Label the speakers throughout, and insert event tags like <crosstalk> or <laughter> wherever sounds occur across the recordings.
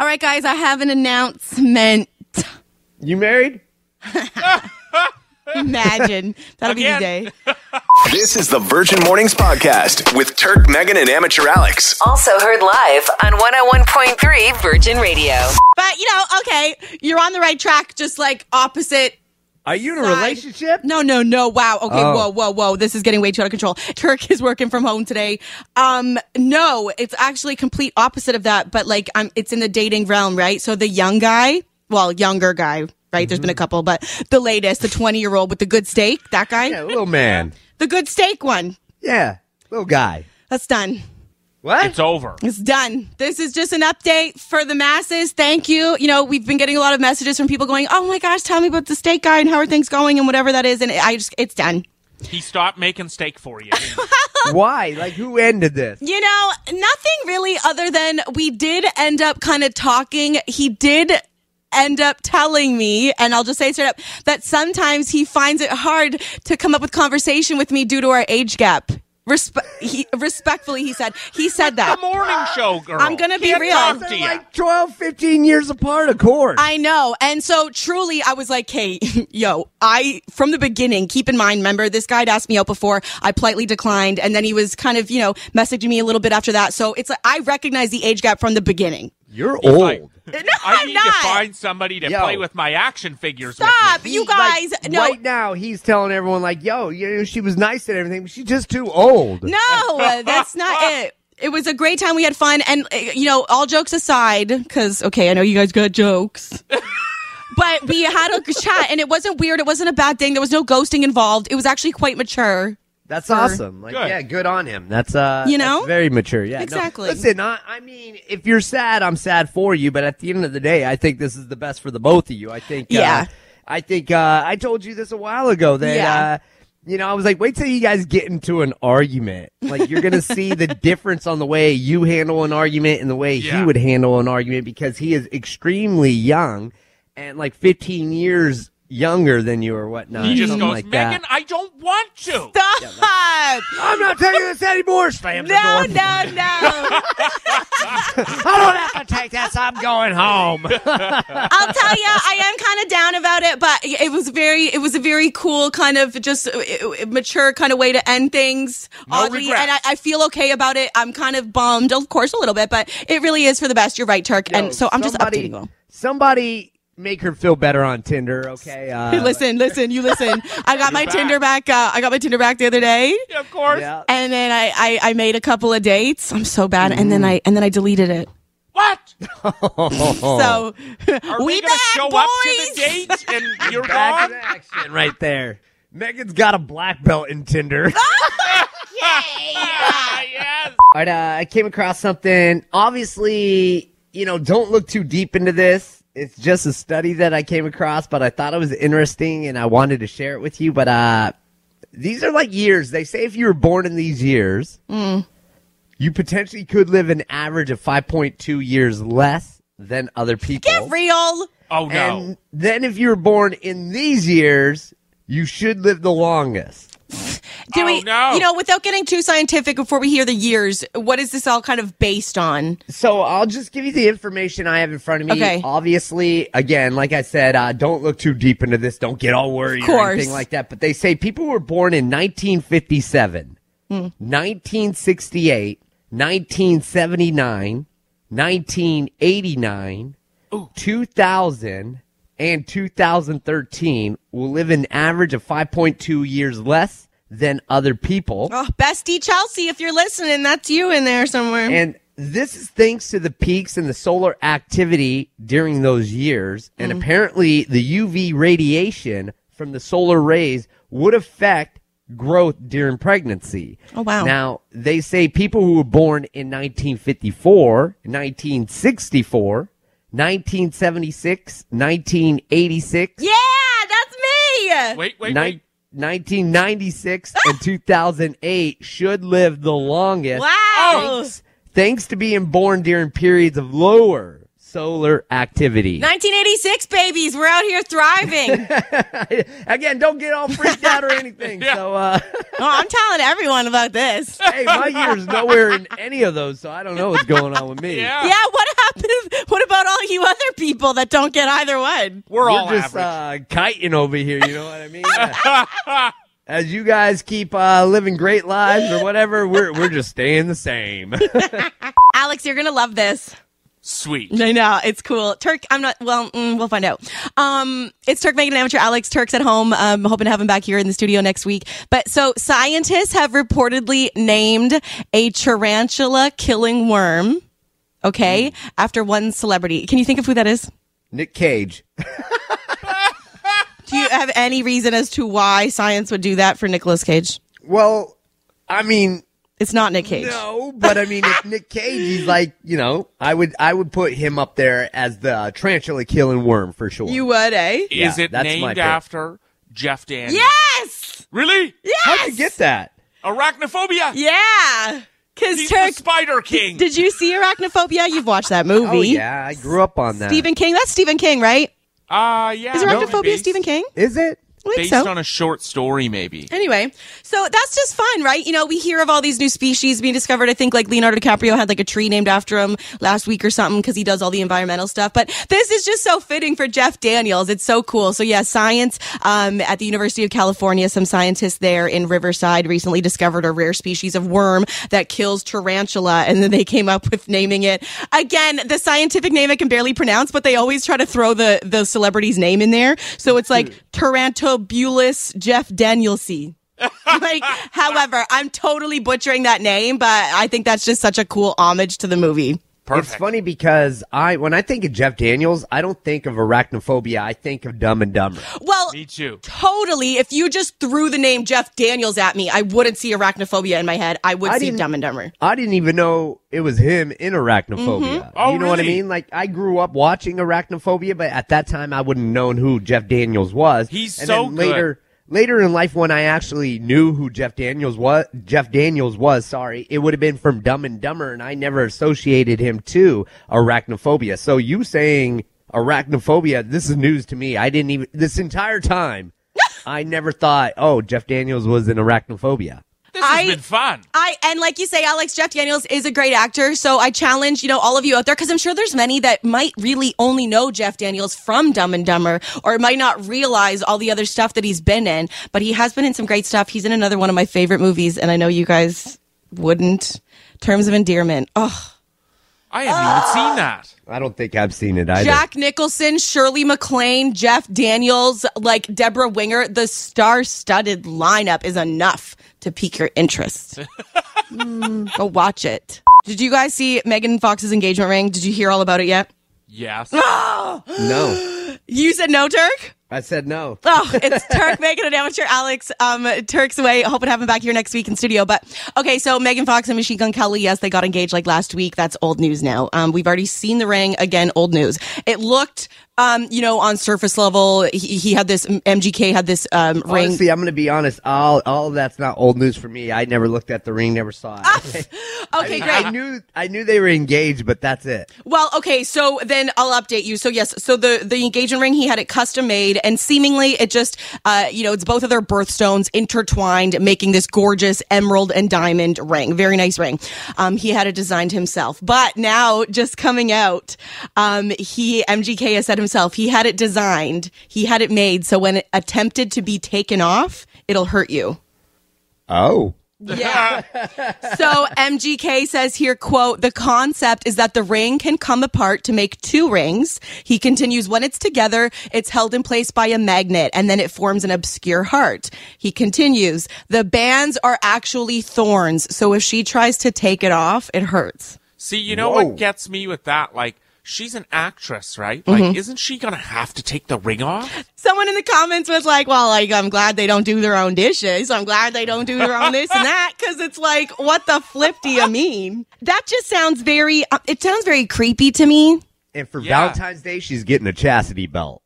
Speaker 1: All right, guys, I have an announcement.
Speaker 2: You married?
Speaker 1: Imagine. That'll be the day.
Speaker 3: This is the Virgin Mornings Podcast with Turk, Megan, and Amateur Alex.
Speaker 4: Also heard live on 101.3 Virgin Radio.
Speaker 1: But, you know, okay, you're on the right track, just like opposite.
Speaker 2: Are you in a
Speaker 1: Side.
Speaker 2: relationship?
Speaker 1: No, no, no. Wow. Okay,
Speaker 2: Oh.
Speaker 1: whoa, whoa, whoa. This is getting way too out of control. Turk is working from home today. Um, no, it's actually complete opposite of that, but like I'm it's in the dating realm, right? So the young guy, well, younger guy, right? There's been a couple, but the latest, the 20-year-old with the good steak, that guy.
Speaker 2: Yeah, little man.
Speaker 1: The good steak one.
Speaker 2: Yeah, little guy.
Speaker 1: That's done.
Speaker 2: What?
Speaker 5: It's over.
Speaker 1: It's done. This is just an update for the masses. Thank you. You know, we've been getting a lot of messages from people going, "Oh my gosh, tell me about the steak guy and how are things going and whatever that is." And I just, it's done.
Speaker 5: He stopped making steak
Speaker 1: <laughs>
Speaker 5: for you.
Speaker 2: Why? Like, who ended this?
Speaker 1: You know, nothing really other than we did end up kind of talking. He did end up telling me, and I'll just say it straight up, that sometimes he finds it hard to come up with conversation with me due to our age gap. Respe- he, respectfully, he said. He said that.
Speaker 5: the morning show girl.
Speaker 1: I'm gonna be
Speaker 5: Can't
Speaker 1: real.
Speaker 5: Talk to
Speaker 2: They're
Speaker 5: you.
Speaker 2: like 12, 15 years apart, of course.
Speaker 1: I know. And so truly, I was like, hey, <laughs> yo, I, from the beginning, keep in mind, remember, this guy had asked me out before. I politely declined. And then he was kind of, you know, messaging me a little bit after that. So it's like, I recognize the age gap from the beginning.
Speaker 2: You're old.
Speaker 5: like-
Speaker 1: No,
Speaker 5: I
Speaker 1: I'm
Speaker 5: need
Speaker 1: not.
Speaker 5: to find somebody to
Speaker 2: Yo.
Speaker 5: play with my action figures. with me.
Speaker 1: Stop, you
Speaker 2: He's like,
Speaker 1: guys. no.
Speaker 2: Right now, he's telling everyone, like, yo, you know, she was nice and everything, but she's just too old.
Speaker 5: <laughs>
Speaker 1: No, that's not it. It was a great time. We had fun. And, uh, you know, all jokes aside, because, okay, I know you guys got
Speaker 5: <laughs>
Speaker 1: jokes. But we had a chat and it wasn't weird. It wasn't a bad thing. There was no ghosting involved. It was actually quite mature.
Speaker 2: That's awesome. Like,
Speaker 5: Good.
Speaker 2: yeah, good on him. That's uh,
Speaker 1: You
Speaker 2: that's
Speaker 1: know?
Speaker 2: very mature. Yeah, no.
Speaker 1: Exactly.
Speaker 2: Listen, I, I mean, if you're sad, I'm sad for you. But at the end of the day, I think this is the best for the both of you. I think. uh,
Speaker 1: Yeah.
Speaker 2: I think uh, I told you this a while ago that.
Speaker 1: Yeah.
Speaker 2: Uh, you know, I was like, wait till you guys get into an argument. Like, you're going to see
Speaker 1: <laughs>
Speaker 2: the difference on the way you handle an argument and the way he
Speaker 5: Yeah.
Speaker 2: would handle an argument because he is extremely young and like 15 years younger than you or whatnot.
Speaker 5: He just
Speaker 2: something
Speaker 5: goes,
Speaker 2: like
Speaker 5: Megan,
Speaker 2: that.
Speaker 5: I don't want to.
Speaker 1: Stop.
Speaker 2: I'm not taking this anymore. Slam the
Speaker 1: No,
Speaker 2: door.
Speaker 1: no, no.
Speaker 2: I don't have to take this. I'm going home.
Speaker 1: I'll tell you, I am kind of down about it, but it was very, it was a very cool kind of just uh, mature kind of way to end things.
Speaker 5: No regrets.
Speaker 1: and I, I feel okay about it. I'm kind of bummed, of course, a little bit, but it really is for the best. You're right, Turk, <laughs> and so I'm
Speaker 2: somebody,
Speaker 5: <laughs>
Speaker 1: just updating you.
Speaker 2: Somebody make her feel better on Tinder, okay?
Speaker 1: <laughs>
Speaker 2: Uh,
Speaker 1: Listen, listen, you listen. I got my
Speaker 5: back.
Speaker 1: Tinder back. Uh, I got my Tinder back the other day,
Speaker 5: Of course.
Speaker 2: Yeah.
Speaker 1: and then I, I, I made a couple of dates. I'm so bad, and then I, and then I deleted it.
Speaker 5: What?
Speaker 1: <laughs> So
Speaker 5: Oh.
Speaker 1: <laughs>
Speaker 5: Are
Speaker 1: we
Speaker 5: we gonna
Speaker 1: back,
Speaker 5: show
Speaker 1: boys.
Speaker 5: up to the date
Speaker 1: <laughs>
Speaker 5: and you're
Speaker 2: Back
Speaker 5: gone?
Speaker 2: in action right there. Megan's got a black belt in Tinder.
Speaker 1: <laughs>
Speaker 5: Ah, yes.
Speaker 2: All right, uh, I came across something. Obviously, you know, don't look too deep into this. It's just a study that I came across, but I thought it was interesting and I wanted to share it with you. But uh, these are like years. They say if you were born in these years, you potentially could live an average of 5.2 years less than other people.
Speaker 1: Get real.
Speaker 5: Oh no.
Speaker 2: and then if you were born in these years, you should live the longest.
Speaker 1: Do
Speaker 5: Oh,
Speaker 1: we,
Speaker 5: no.
Speaker 1: you know, without getting too scientific before we hear the years, what is this all kind of based on?
Speaker 2: So I'll just give you the information I have in front of me.
Speaker 1: Okay.
Speaker 2: Obviously, again, like I said, uh, don't look too deep into this. Don't get all worried
Speaker 1: Of
Speaker 2: or
Speaker 1: course.
Speaker 2: anything like that. But they say people were born in 1957,
Speaker 1: Hmm.
Speaker 2: 1968, 1979, 1989, 2000, and 2013 will live an average of 5.2 years less than other people.
Speaker 1: Oh, bestie Chelsea, if you're listening, that's you in there somewhere.
Speaker 2: And this is thanks to the peaks in the solar activity during those years. And
Speaker 1: Mm-hmm.
Speaker 2: apparently, the UV radiation from the solar rays would affect growth during pregnancy.
Speaker 1: Oh, wow.
Speaker 2: Now, they say people who were born in 1954, 1964, 1976, 1986,
Speaker 1: yeah, that's me.
Speaker 5: wait, wait,
Speaker 2: nine-
Speaker 5: wait.
Speaker 2: 1996, and 2008 should live the longest
Speaker 5: Oh.
Speaker 1: Wow.
Speaker 2: thanks, thanks to being born during periods of lower solar activity.
Speaker 1: 1986 babies, we're out here <laughs> thriving. oh,
Speaker 2: <laughs> Again, don't get all freaked out or anything.
Speaker 5: <laughs> Yeah.
Speaker 2: So, uh,
Speaker 1: Oh, I'm telling everyone about
Speaker 5: <laughs>
Speaker 1: this.
Speaker 2: hey, my year's nowhere in any of those, so I don't know what's going on with me.
Speaker 5: Yeah.
Speaker 1: Yeah, what happened? What about all people that don't get either one.
Speaker 5: We're all
Speaker 2: We're just
Speaker 5: average.
Speaker 2: uh, kiting over here. You know what I mean? <laughs> As you guys keep uh, living great lives or whatever, we're we're just staying the same. <laughs>
Speaker 1: Alex, you're gonna love this.
Speaker 5: Sweet.
Speaker 1: <laughs> I know it's cool. Turk, I'm not. Well, mm, we'll find out. Um, it's Turk Megan Amateur. Alex Turk's at home. Um, hoping to have him back here in the studio next week. But so scientists have reportedly named a tarantula killing worm. Okay,
Speaker 2: Hmm.
Speaker 1: after one celebrity. Can you think of who that is?
Speaker 2: Nick Cage.
Speaker 1: Do you have any reason as to why science would do that for Nicolas Cage?
Speaker 2: Well, I mean,
Speaker 1: It's not Nick Cage.
Speaker 2: no, but I mean, if Nick Cage, he's like, you know, I would I would put him up there as the tarantula killing worm for sure.
Speaker 1: You would, eh?
Speaker 5: Is
Speaker 2: Yeah,
Speaker 5: it
Speaker 2: that's my
Speaker 5: named
Speaker 2: pick.
Speaker 5: after Jeff Daniels?
Speaker 1: Yes.
Speaker 5: Really? Yeah.
Speaker 2: How'd you get that?
Speaker 5: Arachnophobia.
Speaker 1: Yeah. Because
Speaker 5: He's
Speaker 1: Turk,
Speaker 5: the Spider King.
Speaker 1: did you see Arachnophobia? You've watched that movie.
Speaker 2: Oh yeah, I grew up on that.
Speaker 1: Stephen King. That's Stephen King, right?
Speaker 5: Ah, yeah.
Speaker 1: Is Arachnophobia
Speaker 5: based-
Speaker 1: Stephen King?
Speaker 2: Is it?
Speaker 1: I think
Speaker 5: Based
Speaker 1: so.
Speaker 5: on a short story, maybe.
Speaker 1: Anyway, so that's just fun, right? You know, we hear of all these new species being discovered. I think like Leonardo DiCaprio had like a tree named after him last week or something because he does all the environmental stuff. But this is just so fitting for Jeff Daniels. It's so cool. So yeah, science um, at the University of California, some scientists there in Riverside recently discovered a rare species of worm that kills tarantula, and then they came up with naming it again the scientific name I can barely pronounce, but they always try to throw the the celebrity's name in there. So it's
Speaker 2: Hmm.
Speaker 1: like Tarantobulus Jeff Danielsy <laughs> like, however, I'm totally butchering that name, but I think that's just such a cool homage to the movie.
Speaker 5: Perfect.
Speaker 2: It's funny because I when I think of Jeff Daniels, I don't think of arachnophobia. I think of Dumb and Dumber.
Speaker 1: Well,
Speaker 5: Me too.
Speaker 1: totally. If you just threw the name Jeff Daniels at me, I wouldn't see arachnophobia in my head. I would
Speaker 2: I
Speaker 1: see
Speaker 2: didn't-
Speaker 1: Dumb and Dumber.
Speaker 2: I didn't even know it was him in Arachnophobia.
Speaker 5: Oh,
Speaker 2: you know what I
Speaker 5: really?
Speaker 2: mean? Like I grew up watching Arachnophobia, but at that time I wouldn't known who Jeff Daniels was.
Speaker 5: He's
Speaker 2: and
Speaker 5: so
Speaker 2: then later later in life when I actually knew who Jeff Daniels was Jeff Daniels was, sorry, it would have been from Dumb and Dumber and I never associated him to Arachnophobia. So you saying Arachnophobia, this is news to me. I didn't even this entire time I never thought, oh, Jeff Daniels was in Arachnophobia.
Speaker 5: This has
Speaker 1: I-
Speaker 5: been fun.
Speaker 1: I and like you say, Alex Jeff Daniels is a great actor. So I challenge you know all of you out there because I'm sure there's many that might really only know Jeff Daniels from Dumb and Dumber, or might not realize all the other stuff that he's been in. But he has been in some great stuff. He's in another one of my favorite movies, and I know you guys wouldn't. Terms of Endearment. Oh,
Speaker 5: I haven't
Speaker 1: Uh,
Speaker 5: even seen that.
Speaker 2: I don't think I've seen it either.
Speaker 1: Jack Nicholson, Shirley MacLaine, Jeff Daniels, like Deborah Winger. The star-studded lineup is enough to pique your interest. Mm, go watch it. Did you guys see Megan Fox's engagement ring? Did you hear all about it yet? <laughs>
Speaker 5: Yes.
Speaker 2: no.
Speaker 1: You said no, Turk.
Speaker 2: I said no.
Speaker 1: Oh, it's Turk making an amateur Alex um, Turk's way. Hoping to have him back here next week in studio. But okay, so Megan Fox and Machine Gun Kelly, yes, they got engaged like last week. That's old news now. Um, we've already seen the ring. Again, old news. It looked, um, you know, on surface level, he, he had this, MGK had this um, ring.
Speaker 2: Honestly, I'm going to be honest. All all of that's not old news for me. I never looked at the ring, never saw <laughs> it.
Speaker 1: Ah, Okay,
Speaker 2: I
Speaker 1: great.
Speaker 2: knew I knew they were engaged, but that's it.
Speaker 1: Well, okay, so then I'll update you. So yes, so the the engagement ring he had it custom made, and seemingly it just, uh, you know, it's both of their birthstones intertwined, making this gorgeous emerald and diamond ring. Very nice ring. Um, he had it designed himself, but now just coming out, um, he MGK has said himself he had it designed, he had it made, so when it attempted to be taken off, it'll hurt you.
Speaker 2: Oh.
Speaker 1: Yeah. so MGK says here, quote, the concept is that the ring can come apart to make two rings. He continues, when it's together, it's held in place by a magnet and then it forms an obscure heart. He continues, the bands are actually thorns. So if she tries to take it off, it hurts.
Speaker 5: See, you know
Speaker 2: Whoa.
Speaker 5: what gets me with that? Like, she's an actress, right?
Speaker 1: Mm-hmm.
Speaker 5: Like, isn't she gonna have to take the ring off?
Speaker 1: Someone in the comments was like, well, like, I'm glad they don't do their own dishes. I'm glad they don't do their own this and that. Cause it's like, what the flip do you mean? That just sounds very, uh, it sounds very creepy to me.
Speaker 2: And for
Speaker 5: Yeah.
Speaker 2: Valentine's Day, she's getting a chastity belt.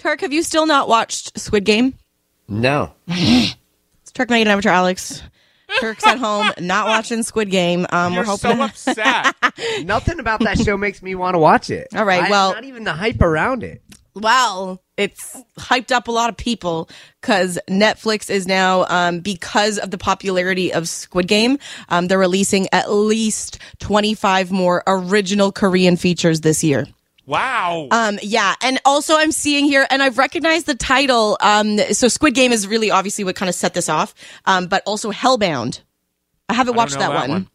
Speaker 1: Turk, have you still not watched Squid Game?
Speaker 2: No.
Speaker 1: It's Turk Megan Amateur Alex. Turk's at home, not watching Squid Game. Um, we're
Speaker 5: You're
Speaker 1: hoping. <laughs>
Speaker 5: so upset.
Speaker 2: Nothing about that show makes me want to watch it.
Speaker 1: All right,
Speaker 2: I-
Speaker 1: well-
Speaker 2: not even the hype around it.
Speaker 1: well, it's hyped up a lot of people because Netflix is now, um, because of the popularity of Squid Game, um, they're releasing at least 25 more original Korean features this year.
Speaker 5: Wow.
Speaker 1: Um, yeah, and also I'm seeing here, and I've recognized the title. Um, so Squid Game is really obviously what kind of set this off. Um, but also Hellbound. I haven't watched
Speaker 5: know
Speaker 1: that,
Speaker 5: that
Speaker 1: one.
Speaker 5: one.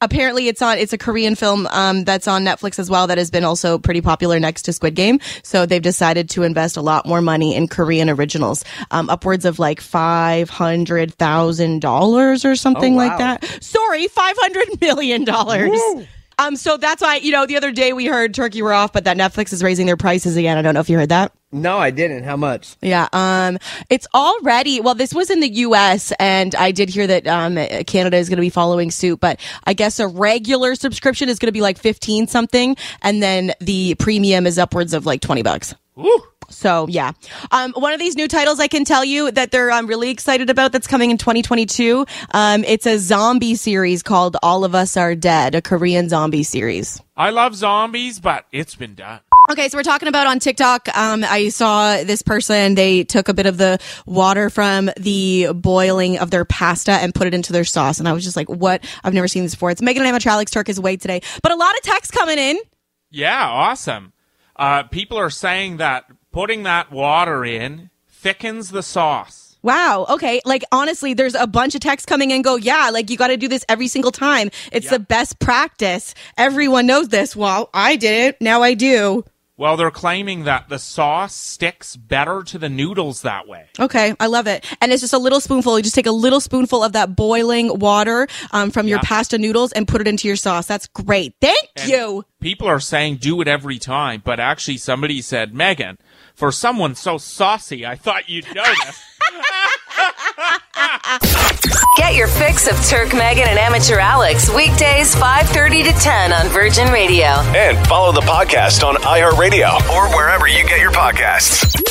Speaker 1: Apparently, it's on. It's a Korean film um, that's on Netflix as well. That has been also pretty popular next to Squid Game. So they've decided to invest a lot more money in Korean originals, um, upwards of like five hundred thousand dollars or something like that. Sorry, five hundred million dollars. Um, so that's why you know the other day we heard Turkey were off, but that Netflix is raising their prices again. I don't know if you heard that.
Speaker 2: No, I didn't. How much?
Speaker 1: Yeah. Um, it's already, well, this was in the U.S. and I did hear that, um, Canada is going to be following suit, but I guess a regular subscription is going to be like 15 something. And then the premium is upwards of like 20 bucks. So yeah, um, one of these new titles I can tell you that they're um, really excited about that's coming in 2022. Um, it's a zombie series called All of Us Are Dead, a Korean zombie series.
Speaker 5: I love zombies, but it's been done.
Speaker 1: Okay, so we're talking about on TikTok. Um, I saw this person. They took a bit of the water from the boiling of their pasta and put it into their sauce. And I was just like, what? I've never seen this before. It's Megan and Emma Alex Turk is away today. But a lot of text coming in.
Speaker 5: Yeah, awesome. Uh, people are saying that putting that water in thickens the sauce.
Speaker 1: Wow. Okay. Like, honestly, there's a bunch of texts coming in go, yeah, like you got to do this every single time. It's the best practice. Everyone knows this. Well, I did it. Now I do.
Speaker 5: Well, they're claiming that the sauce sticks better to the noodles that way.
Speaker 1: Okay, I love it. And it's just a little spoonful. You just take a little spoonful of that boiling water um, from your pasta noodles and put it into your sauce. That's great. Thank you.
Speaker 5: People are saying do it every time, but actually somebody said, Megan, for someone so saucy, I thought you'd notice.
Speaker 4: Get your fix of Turk, Megan, and Amateur Alex weekdays 5:30 to 10 on Virgin Radio.
Speaker 3: And follow the podcast on iHeartRadio or wherever you get your podcasts.